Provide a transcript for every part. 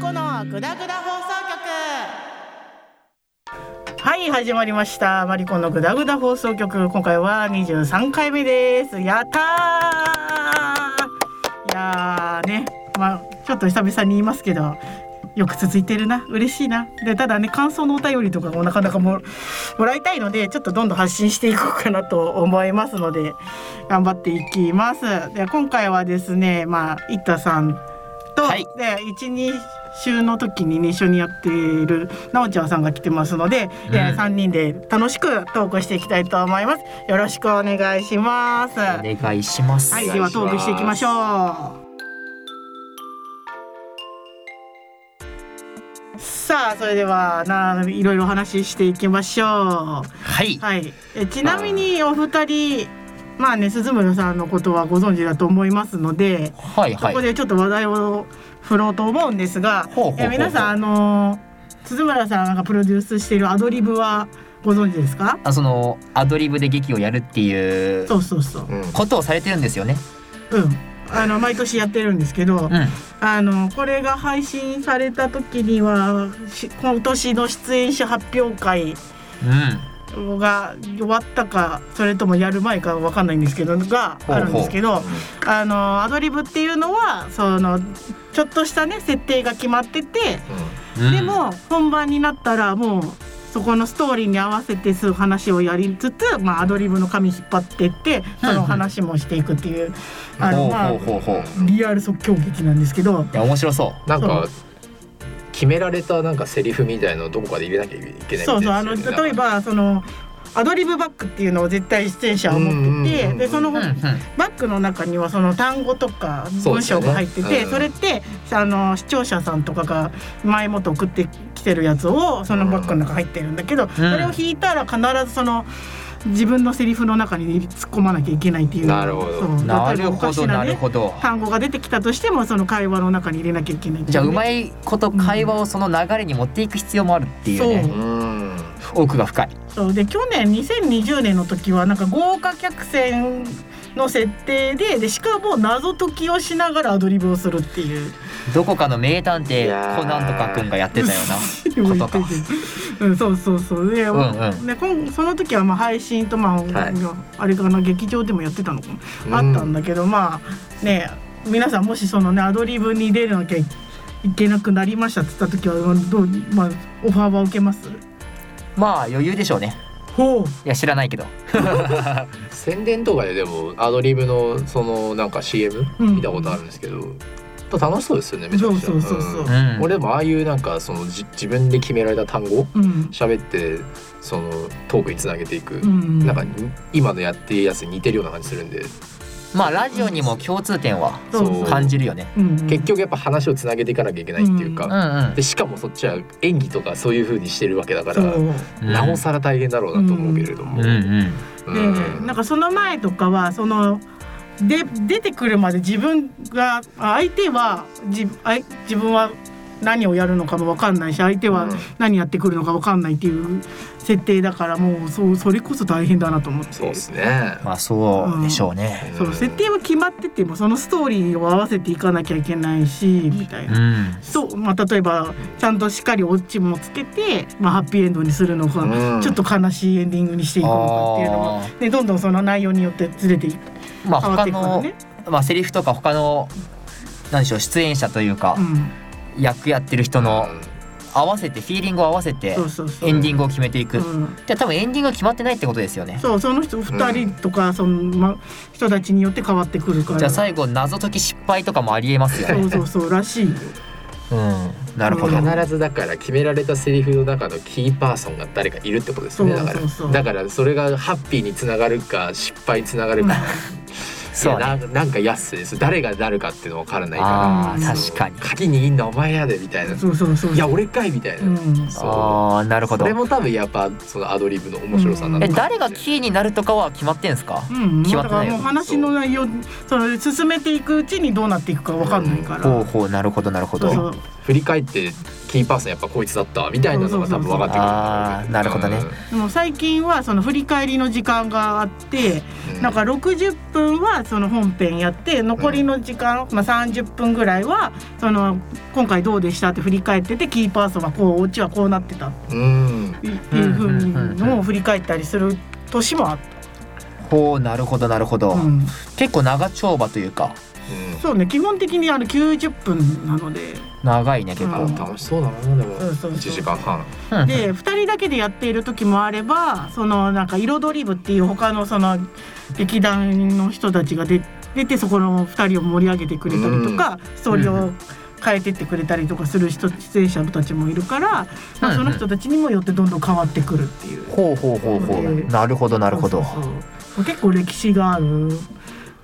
子のぐだぐだ放送局はい始まりましたマリコのグダグダ放送局今回は23回目ですやったーいやーねまあちょっと久々に言いますけどよく続いてるな嬉しいなでただね感想のお便りとかもなかなかももらいたいのでちょっとどんどん発信していこうかなと思いますので頑張っていきますで今回はですねまあいったさんと、はいで12週の時にね一緒にやっているなおちゃんさんが来てますので、えうん3人で楽しくトークしていきたいと思いますよろしくお願いしますお願いします。はい、ではトークしていきましょう。さあ、それでは、な、いろいろお話ししていきましょう。はい。はい、え、ちなみに、お二人。まあね、鈴村さんのことはご存知だと思いますので。はいはここい。でちょっと話題を振ろうと思うんですがほうほうほう、ほうえ皆さん、あの鈴村さんがプロデュースしているアドリブはご存知ですか？あそのアドリブで劇をやるっていうそうそうそう。うんことをされてるんですよね。うん、あの毎年やってるんですけど、うん。あのこれが配信された時にはし今年の出演者発表会が終わったかそれともやる前かわかんないんですけどがほうほうあるんですけどあのアドリブっていうのはそのちょっとしたね設定が決まっててうん。うんで。も本番になったらもうそこのストーリーに合わせてすぐ話をやりつつ、まあ、アドリブの紙引っ張ってってその話もしていくっていうあほのうまあほうほうほう。リアル即興劇なんですけど。いや面白そう。なんそうか決められたなんかセリフみたいのをどこかで入れなきゃいけないみたいですそようねそうあのなんか例えばそのアドリブバッグっていうのを絶対出演者は持ってうんうんうんてうんでそのうんうん。バッグの中にはその単語とかそ文うですよ章ねが入っててうんそれってあの視聴者さんとかが前もって送ってきてるやつをそのバッグの中入ってるんだけどそれを引いたら必ずその。自分のセリフの中に突っ込まなきゃいけないっていうなるほどそう例なえばるおほかしどななるねほど。単語が出てきたとしてもその会話の中に入れなきゃいけないっていじゃあうまいいこと会話をその流れに持っていく必要もあるっていうそうね。うん奥が深い。そうで去年2020年の時はなんか豪華客船の設定ででしかも謎解きをしながらアドリブをするっていうどこかの名探い偵やーコナンとかくんがやってたよことかうん、そうそうそうで、うんうんで今その時はまあ配信とまあ、はいあれかな劇場でもやってたのかうんな、あったんだけどまあね皆さんもしそのねアドリブに出なきゃいけなくなりましたって言った時はどう、まあ、オファーは受けますな。まあ余裕でしょうね。ほういや知らないけど。宣伝とかででもアドリブのそのなんか CM うん見たことあるんですけど、楽しそうですよねめちゃくちゃそうそうそうそううんん。俺でもああいうなんかそのじ自分で決められた単語うん、喋ってそのトークにつなげていく、うん、なんかに今のやってるやつに似てるような感じするんでまあラジオにも共通点はそうそう感じるよね。うん結局やっぱ話をつなげていかなきゃいけないっていううんか、うん。でしかもそっちは演技とかそういう風にしてるわけだかそら、うなおさら大変だろうなと思うけれども、うんうん。で、うんなんかその前とかはそので出てくるまで自分があ相手は自あい自分は何をやるのかも分かんないし相手はうん何やってくるのか分かんないっていう設定だからもうそうそれこそ大変だなと思ってそうですね。まあそうでしょうね。そう設定は決まっててもそのストーリーを合わせていかなきゃいけないしみたいうな。ん。そうまあ、例えばちゃんとしっかりオチもつけて、まあ、ハッピーエンドにするのか、うんちょっと悲しいエンディングにしていくのかっていうのもあでどんどんその内容によってずれていくまあ変わっ他ていくからの、ね。まあセリフとか他の何でしょう出演者というか、うん、役やってる人の合わせてフィーリングを合わせてそうそうそう。エンディングを決めていく。うんじゃあ多分エンディングが決まってないってことですよね。そうその人二人とか、そのま人たちによって変わってくるから。じゃあ最後謎解き失敗とかもありえますよそね。うそうそうらしいよ。うん。なるほうど。ん必ずだから決められたセリフの中のキーパーソンが誰かいるってことですねそうだからそうそうだからそれがハッピーにつながるか失敗につながるか、いそうやね。ななんか安いです誰が誰かっていうの分からないかああうん確からに。鍵握んのお前やでみたいな「そうそうそう。いや俺かい」みたいな、うんそうああなるほそどれ。も多分やっぱそのアドリブの面白さなのえかもしれな誰いがキーになるとかは決まってんすか？うん、決だまってかならいよもう話の内容その進めていくうちにどうなっていくかわかんないから、ほうほうなるほどなるほそうそど。う振り返ってキーパーソンやっぱこいつだったみたいなのが多分分かってくるあーなるほどねでも最近はその振り返りの時間があってうんなんか60分はその本編やって残りの時間、まあ、30分ぐらいはその今回どうでしたって振り返っててキーパーソンはこうオチはこうなってたっうんていうふうのを振り返ったりする年もあっほうなるほどなるほど、た、うん結構長丁場というかそうね基本的にあの90分なので長いね結あ構、うん楽しそうだなでもそうそうそう1時間半うん で2人だけでやっている時もあればそのなんか彩り部っていう他のその劇団の人たちが出出てそこの2人を盛り上げてくれたりとか、ストーリーを変えてってくれたりとかする人出演者たちもいるから、まあ、うんうそんの人たちにもよってどんどん変わってくるっていう。ほうほうほうほう、うんなるほどなるほどそうそうそう結構歴史がある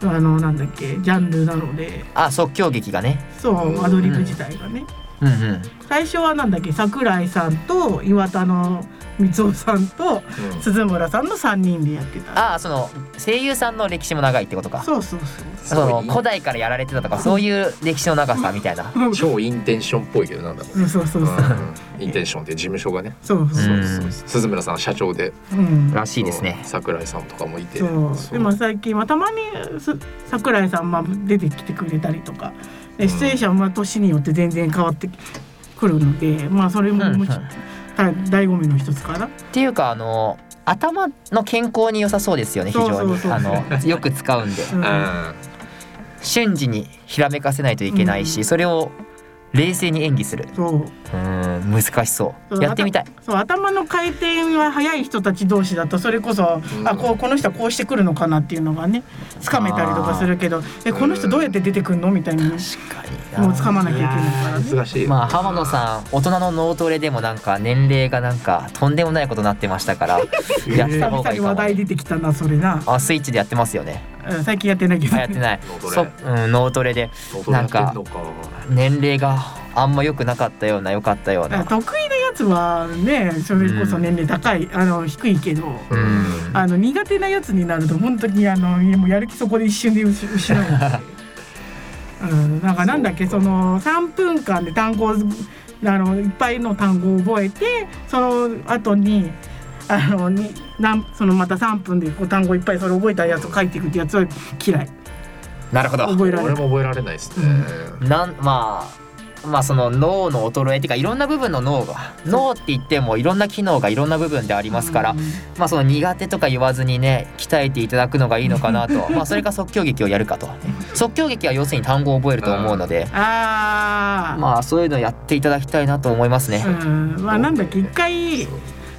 あのなんだっけジャンルなのであ即興劇がねそうアドリブ自体がね。うんうん最初はなんだっけ桜井さんと岩田の光雄さんとうん鈴村さんの3人でやってたああその声優さんの歴史も長いってことかそうそうそそのすごい古代からやられてたとかそういう歴史の長さみたいなう超インテンションっぽいけどなんだろううんそうそうそううんインテンションっていう事務所がねそうそううん鈴村さん社長でうんらしいですね桜井さんとかもいてそうそうでも最近はたまにす桜井さんまあ出てきてくれたりとかで出演者はまあ年によって全然変わってくるのでまあそれもうんうんもちた醍醐味の一つかなっていうかあの頭の健康に良さそうですよね非常そうそうにそうあのよく使うんでううんん瞬時にひらめかせないといけないし、うんそれを冷静に演技するそううーん難しそそううやってみたいそう頭の回転が速い人たち同士だとそれこそ、うんあこうこの人はこうしてくるのかなっていうのがねつかめたりとかするけどえこの人どうやって出てくるのみたいな確かもう掴まなきゃいけないからね。難しいまあ浜野さん大人の脳トレでもなんか年齢がなんかとんでもないことになってましたからやって久た々方がいいにか話も題出てきたなそれな、あスイッチでやってますよねうん最近やってないけどあやってない脳トレそ、うん、脳トレでなんか年齢があんま良くなかったような良かったようだなから得意なやつはねそれこそ年齢高い、あの低いけど、うんあの苦手なやつになると本当にあのもうやる気そこで一瞬で失失うのでうん、なんかなんだっけその3分間で単語をあのいっぱいの単語を覚えてその後にあのになんそのまた3分でこう単語いっぱいそれ覚えたやつを書いていくってやつは嫌いなるほど覚えられ俺ない。も覚えられないですねなんまあまあその脳の衰えっていうかいろんな部分の脳が脳って言ってもいろんな機能がいろんな部分でありますから、まあその苦手とか言わずにね鍛えていただくのがいいのかなとまあそれか即興劇をやるかと即興劇は要するに単語を覚えると思うので、あー、まあそういうのやっていただきたいなと思いますね。うん、まあなんだっけ一回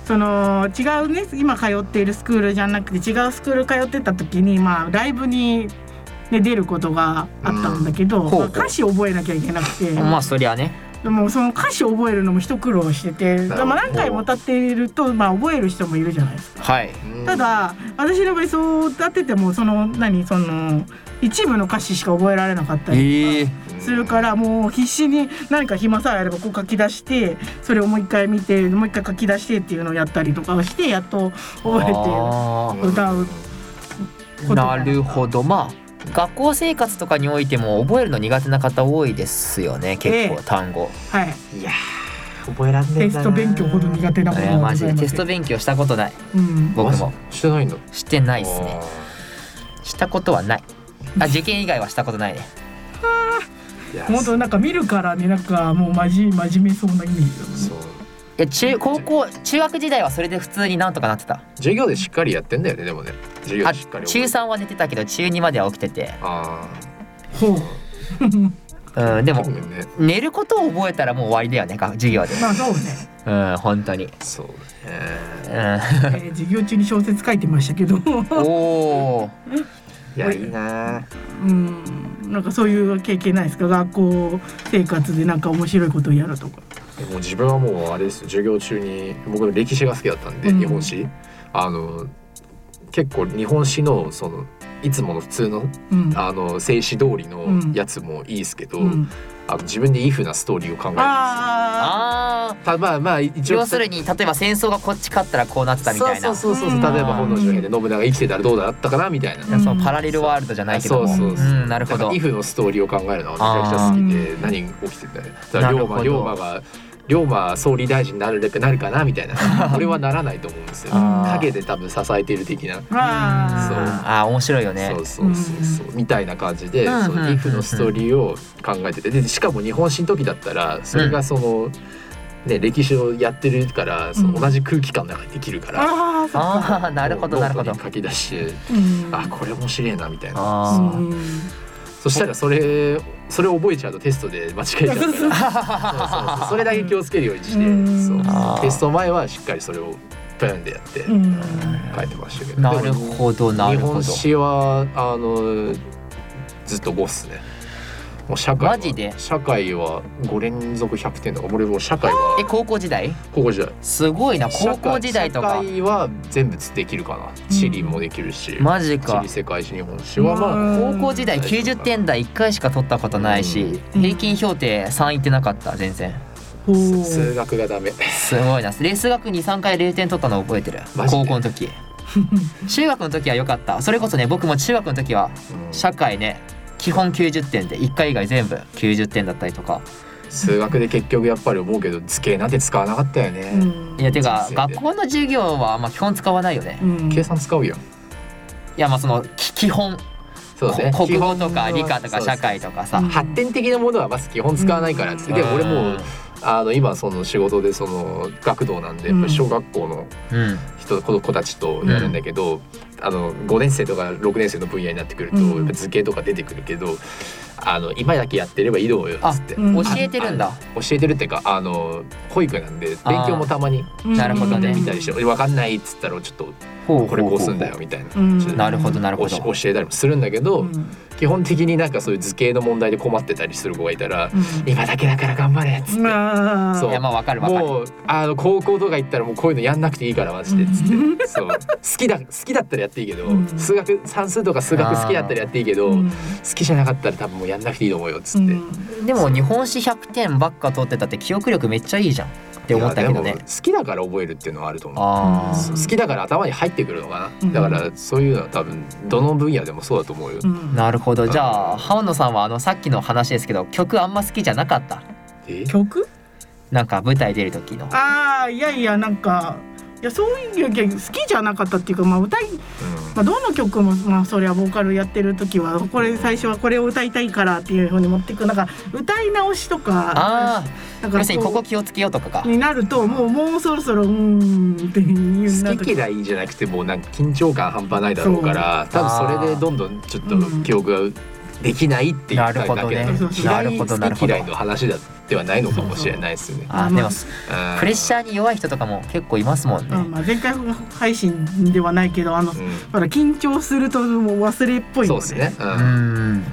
その違うね今通っているスクールじゃなくて違うスクール通ってた時にまあライブに、ね、出ることがあったんだけど、うんほうほうまあ歌詞覚えなきゃいけなくて、まあそりゃね、でもその歌詞覚えるのも一苦労してて、なるほまどあ、何回も歌っていると、まあ、覚える人もいるじゃないですか。はい、うんただ私の場合そう歌っててもその何その一部の歌詞しか覚えられなかったりとか。えするからもう必死に何か暇さえあればこう書き出してそれをもう一回見てもう一回書き出してっていうのをやったりとかをしてやっと覚えてあうん歌うーなるほどまあ学校生活とかにおいても覚えるの苦手な方多いですよね結え構単語。はいいやー覚えらんねえテんだスなト勉強ほど苦手なことえはごー、ざいまマジせでんテスト勉強したことないうん僕もマジしてないんだしてないですねしたことはないあ受験以外はしたことないねいや本当なんか見るからねなんかもうまじ真面目そうなイメージだもんねそういや中高校中学時代はそれで普通になんとかなってた授業でしっかりやってんだよねでもね授業あでしっかり中3は寝てたけど中2までは起きててあほううんであもごめんね寝ることを覚えたらもう終わりだよねが授業でまあそうね、 うん本当にそうねう えー授業中に小説書いてましたけどんおおいやいいなうんなんかそういう経験ないですか学校生活でなんか面白いことをやるとかでも自分はもうあれですよ授業中に僕の歴史が好きだったんで、うん日本史あの結構日本史のそのいつもの普通のうんあの静止通りのうんやつもいいですけど、うんあの自分でイフなストーリーを考えるんですよああーたまあまあ一応要するに例えば戦争がこっち勝ったらこうなってたみたいなそうそうそうそううん例えば本能寺の変で信長が生きてたらどうだったかなみたいな、うんそのパラレルワールドじゃないけどもそうそうそんなるほどイフのストーリーを考えるのはめちゃくちゃ好きで何起きてたらな龍るほ馬ど龍馬が龍馬総理大臣になるべくなるかなみたいな俺はならないと思うんですよあー陰で多分支えてる的な、あああ面白いよねそうそうそうそう、みたいな感じで、うんうんそうんのうんリフのストーリーを考えててでしかも日本史の時だったらそれがその、ね、歴史をやってるからそのうん同じ空気感の中でできるから、あーそっかああなるほどもうなるほどノートに書き出してうんあこれ面白いなみたいなあーそしたらそれそれを覚えちゃうとテストで間違えち ゃうからそうそうそうそれだけ気をつけるようにして、うんそうあーテスト前はしっかりそれをブーンでやってうんうん書いてましたけど、なるほどな日るほ本ど史はあのずっと5っすねもう社会はマジで社会は5連続100点とか俺もう社会はえ高校時代高校時代すごいな社高会校時代とか社会は全部できるかな地理もできるし、マジ地か理世界史日本史はまあ高校時代うん90点台1回しか取ったことないしうん平均評定3いってなかった全然ほう数学がダメすごいなレース学23回0点取ったの覚えてるマジで高校の時中学の時は良かったそれこそね僕も中学の時は社会ね基本90点で1回以外全部90点だったりとか数学で結局やっぱり思うけど図形なんて使わなかったよね、うんいやてか人生で学校の授業はまあ基本使わないよねうん計算使うよいやまあそのき基本そうだねこ国語と基本はか理科とかそうそう社会とかさうん発展的なものはまず基本使わないからっつって、でうん俺もうあの今その仕事でその学童なんでうんやっぱ小学校のうん人、子子たちとやるんだけど、あの5年生とか6年生の分野になってくると、うんやっぱ図形とか出てくるけどあの今だけやってればいいと思うよっつって。うん教えてるんだ教えてるっていうかあの保育なんで勉強もたまになるほどね見たりして「分かんない」っつったらちょっとほこれこうすんだよみたいなうんちょっとなるほどなるほ教ど教えたりもするんだけど、うん基本的になんかそういう図形の問題で困ってたりする子がいたらうん「今だけだから頑張れ」っつって。まあそういやまあわかるわかるもうあの高校とか行ったらもうこういうのやんなくていいからマジでっつってそう好きだ好きだったらやっていいけど、うん数学算数とか数学好きだったらやっていいけど、うん好きじゃなかったら多分もうやんなくていいと思うよっつって、うんでも日本史100点ばっか取ってたって記憶力めっちゃいいじゃんって思ったけどいやでねも好きだから覚えるっていうのはあると思うあーあそう好きだから頭に入ってくるのかうんなだからそういうのは多分どの分野でもそうだと思うよ、うんなるほどじゃあ浜野さんはあのさっきの話ですけど曲あんま好きじゃなかったえ曲なんか舞台出る時のああいやいやなんかいやそういういや好きじゃなかったっていうかまあ歌い、まあ、どの曲もまあそりゃボーカルやってる時はこれ最初はこれを歌いたいからっていうふうに持っていくなんか歌い直しとかあなあん要かするにここ気をつけようとかかになるともうもうそろそろうーんっていう好きだ嫌いじゃなくてもうなんか緊張感半端ないだろうからそう多分それでどんどんちょっと記憶ができないっていうなるほどねだけだなるほどなる嫌ほいど好き嫌いの話だではないのかもしれないですね。あーでもうんプレッシャーに弱い人とかも結構いますもんねまあ、前回配信ではないけどあの、うほんら緊張するともう忘れっぽいそうのですね。ううんんうん、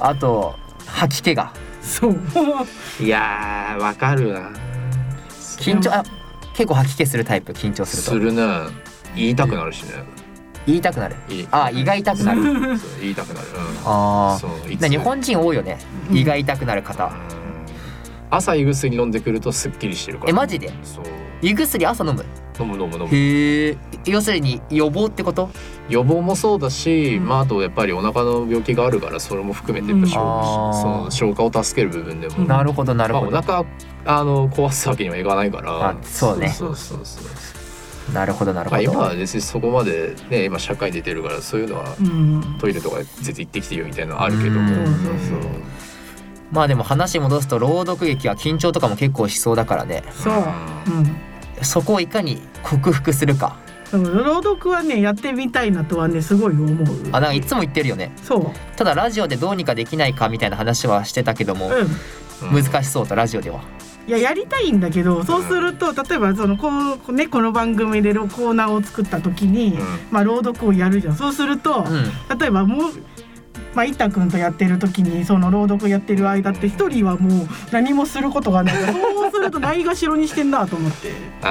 あと吐き気がそういやーわかるな。緊張あ結構吐き気するタイプ緊張するとするな。言いたくなるしね。言いたくなるいあ胃が痛くなるそう言いたくなる。うんあそういあつ日本人多いよねうん胃が痛くなるう方ん朝胃薬飲んでくるとすっきりしてるから。えマジでそう胃薬朝飲む飲む飲む飲む。へえ要するに予防ってこと予防もそうだし、うんまあ、あとやっぱりお腹の病気があるからそれも含めてやっぱ消,、うんその消化を助ける部分でも、うんまなるほどなるあ、ほおど腹あの壊すわけにはいかないかあらそうねそうそうそうそうなるほどなるまあ、ほ今はど別にそこまでね今社会出てるからそういうのはうんトイレとか絶対行ってきてよみたいなのあるけどうんも、そうそうそうまあでも話戻すと朗読劇は緊張とかも結構しそうだからねそう、うんそこをいかに克服するかでも朗読はねやってみたいなとはねすごい思うあなんかいつも言ってるよねそうただラジオでどうにかできないかみたいな話はしてたけどもうんうん難しそうとラジオではいややりたいんだけどそうすると例えばそのこうねこの番組でコーナーを作った時に、うまあ朗読をやるじゃんそうすると、うん例えばもうまあ、イタ君とやってる時にその朗読やってる間って一人はもう何もすることがないそうするとないがしろにしてんなと思ってん、あ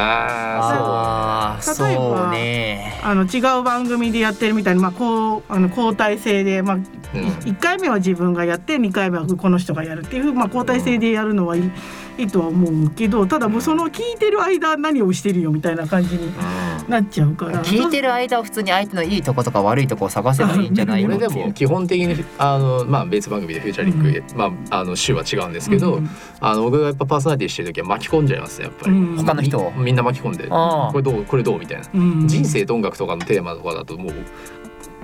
あああ例えばそうね あの違う番組でやってるみたいに、まあ、こうあの交代制で、まあ、そう、うん1回目は自分がやって2回目はこの人がやるっていう、まあ、交代制でやるのはいい,、いいとは思うけどただもうその聞いてる間何をしてるよみたいな感じになっちゃうから聞いてる間は普通に相手のいいとことか悪いとこを探せばいいんじゃないの俺ってでいもう。基本的にあの、まあ、別番組でフューチャリング、まあ、あの週は違うんですけど、うんあの僕がやっぱパーソナリティしてる時は巻き込んじゃいますねやっぱり、うん他の人をみみんな巻き込んでああこれどうこれどうみたいな、うん人生と音楽とかのテーマとかだともう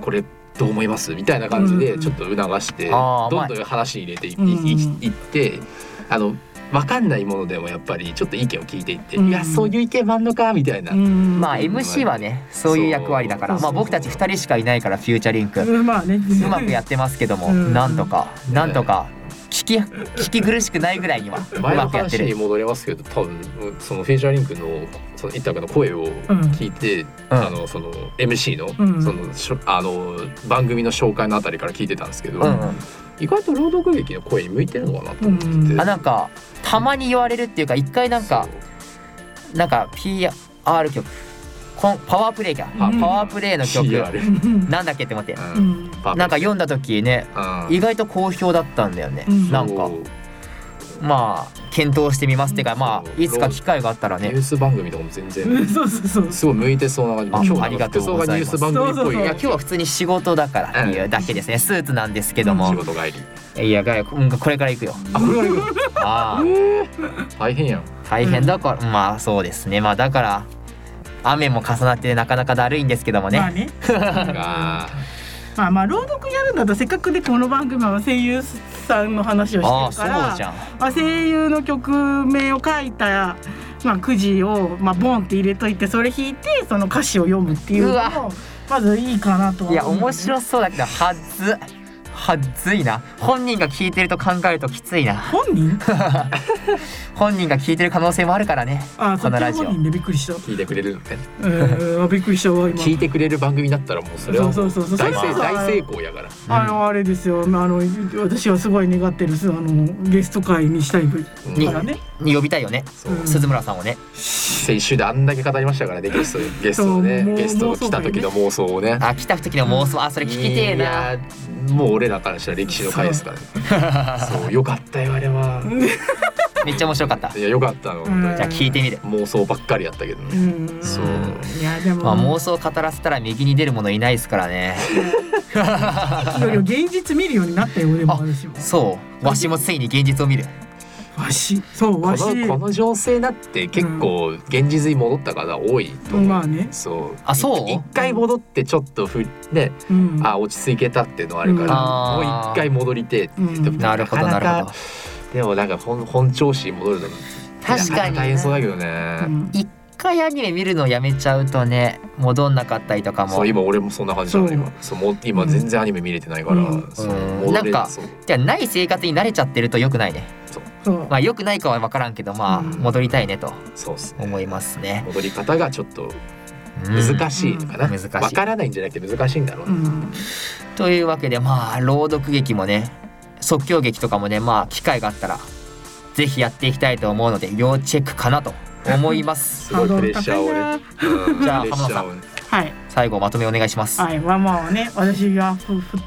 これどう思いますみたいな感じでうんちょっと促して、ああどんどん話に入れてい,い、うんいいいってあの分かんないものでもやっぱりちょっと意見を聞いていって「うんいやそういう意見もあんのか」みたいな、うんまあ MC はねそういう役割だからそうまあ僕たち2人しかいないからフューチャリングうんまあねうまくやってますけどもうんなんとかなんとか聞き聞き苦しくないぐらいにはう前のまくやって話にる。戻れますけど多分そのフェイチャーリンクのその一択の声を聞いて、あのその MC の,、うんそのしょあの番組の紹介のあたりから聞いてたんですけど、うんうん意外と朗読劇の声に向いてるのかなと思ってて、うんあなんかたまに言われるっていうか一回なんかなんか PR 曲こんパワープレイかパうんワープレイの曲 CR うんなんだっけって待ってううんんパーなんか読んだ時ねうん意外と好評だったんだよねうんなんかそうまあ検討してみますっていうかまあいつか機会があったらニュねース番組とかも全うん然そうそうそうすごい向いてそうなあ感じあ今日りながんかと服う装ごがニざュいーますス番組っぽいそうそうそういいや今日は普通に仕事だからっていうだけですねスーツなんですけども仕事帰りいやがうんこれから行くよあこれから行くああ大変やん大変だから、まあそうですねまあだから雨も重なってなかなかだるいんですけどもね、まあねあまあまあ朗読やるんだとせっかくでこの番組は声優さんの話をああしてそるうからじゃんまあ、声優の曲名を書いた、まあ、くじを、まあ、ボンって入れといてそれ弾いてその歌詞を読むっていうのうもわまずいいかなとはいや面い白そうだけどはずはずいな本人が聞いてると考えるときついな本 人本人が聞いてる可能性もあるからねあそこっのちラのジオ本人でびっくりした聞いてくれるのねうんうんびっくりしたわ今聞いてくれる番組だったらもうそれはもそうそうそうそう大そ成れこそ大成功やからあのあれですよあの私はすごい願ってるすあのゲスト会にしたいからね呼びたいよねそううん鈴村さんをね先週であんだけ語りましたからねゲストゲストをそうもねうゲスト来た時の妄想をねあ来た時の妄想あそれ聞きてえいなやもう俺らからしたら歴史の回ですからねそうよかったよあれはめっちゃ面白かったいじやよかったの本当にゃあ聞いてみる妄想ばっかりやったけどうねんそういやでも、まあ妄想語らせたら右に出るものいないですからねいより現実見るようになったよでも私もそうわしもついに現実を見るわしそうこわしのこの情勢だって結構現実に戻った方多いと思う、まあねそうあそうい一回戻ってちょっとふねうんあ落ち着いけたっていうのはあるから、うんもう一回戻りてえって言ってもうんなるほどなかかるほどでもなんか本本調子に戻るの確かに大変そうだけどね、うん一回アニメ見るのやめちゃうとね戻んなかったりとかもそうい今俺もそんな感じなの今そうもう今全然アニメ見れてないから、うんそううん戻れなんかそうやない生活に慣れちゃってると良くないねそうまあ良くないかは分からんけどまあうん戻りたいねとそうっすね思いますね、戻り方がちょっとうん難しいのかな、うん難しいわからないんじゃなくて難しいんだろううな、んというわけでまあ朗読劇もね即興劇とかもねまあ機会があったらぜひやっていきたいと思うので要チェックかなと思います すごいプレッシャーをねハードルうんじゃあプレッシャーをねはい最後まとめお願いします、はいまあまあね私がふふ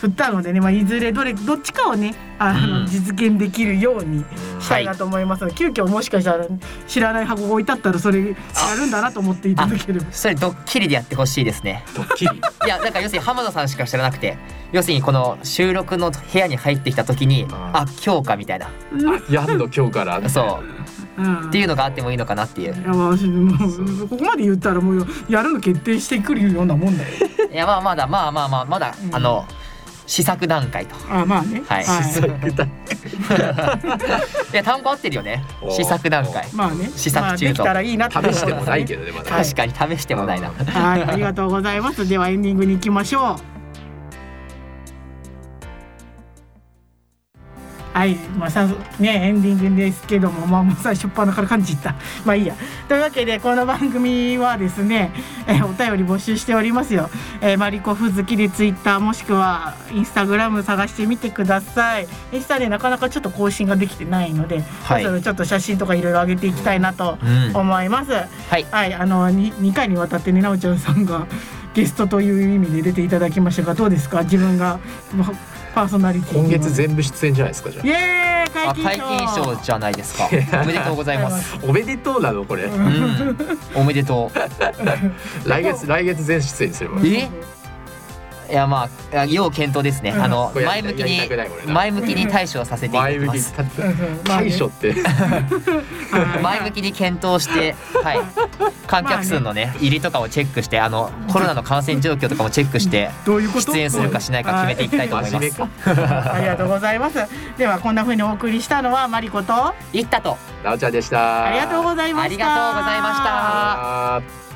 振ったのでね、まあ、いずれどれどっちかをねあの、うん実現できるようにうんしたいなと思いますので、急遽もしかしたら知らない箱が置いてあったらそれやるんだなと思っていただければそれドッキリでやってほしいですねドッキリいやなんか要するに浜田さんしか知らなくて要するにこの収録の部屋に入ってきた時にんあ今日かみたいなやんの今日からそううんっていうのがあってもいいのかなっていういやまあもうそうここまで言ったらもうやるの決定してくるようなもんだよいやまあまだまあまあまあまだ、うんあの試作段階とあまあねはい作だ いや単語合ってるよねおー試作段階まあね試作中とまあ、できたらいいなって試してもないけどねまだ確かに試してもないなはい、ありがとうございます。 ではエンディングに行きましょう。はい、まあ、さねエンディングですけども、まあ、もう最初っ端から感じた。 まあいいや。というわけでこの番組はですね、 えーお便り募集しておりますよ。えーマリコフズキでツイッターもしくはインスタグラム探してみてください。インスタでなかなかちょっと更新ができてないので、はいそろそろちょっと写真とかいろいろ上げていきたいなとうん思います。はいはい、あのに2回にわたってねなおちゃんさんがゲストという意味で出ていただきましたがどうですか自分がまパーソナリティ今月全部出演じゃないですかじゃイエーイね解あ禁賞解禁賞じゃないです か。おめでとうございます。おめでとうなのこれうんうん、おめでと来月来月全出演すればう。え？いやまああ要検討ですね。あのこれや前りた向いきやりたにくないこれな前向きに対処させていただ前き向まきす。たうんまあね対 処ってはい前向きに検 討して、はい、観客数のね入りとかをチェックして、あのコロナの感染状況とかもチェックしてどういうこと出演するかしないか決めていきたいと思い真面ま目すか。ありがとうございます。ではこんな風にお送りしたのはマリコといったと。なおちゃんでしたありがとうございました。ありがとうございましたあー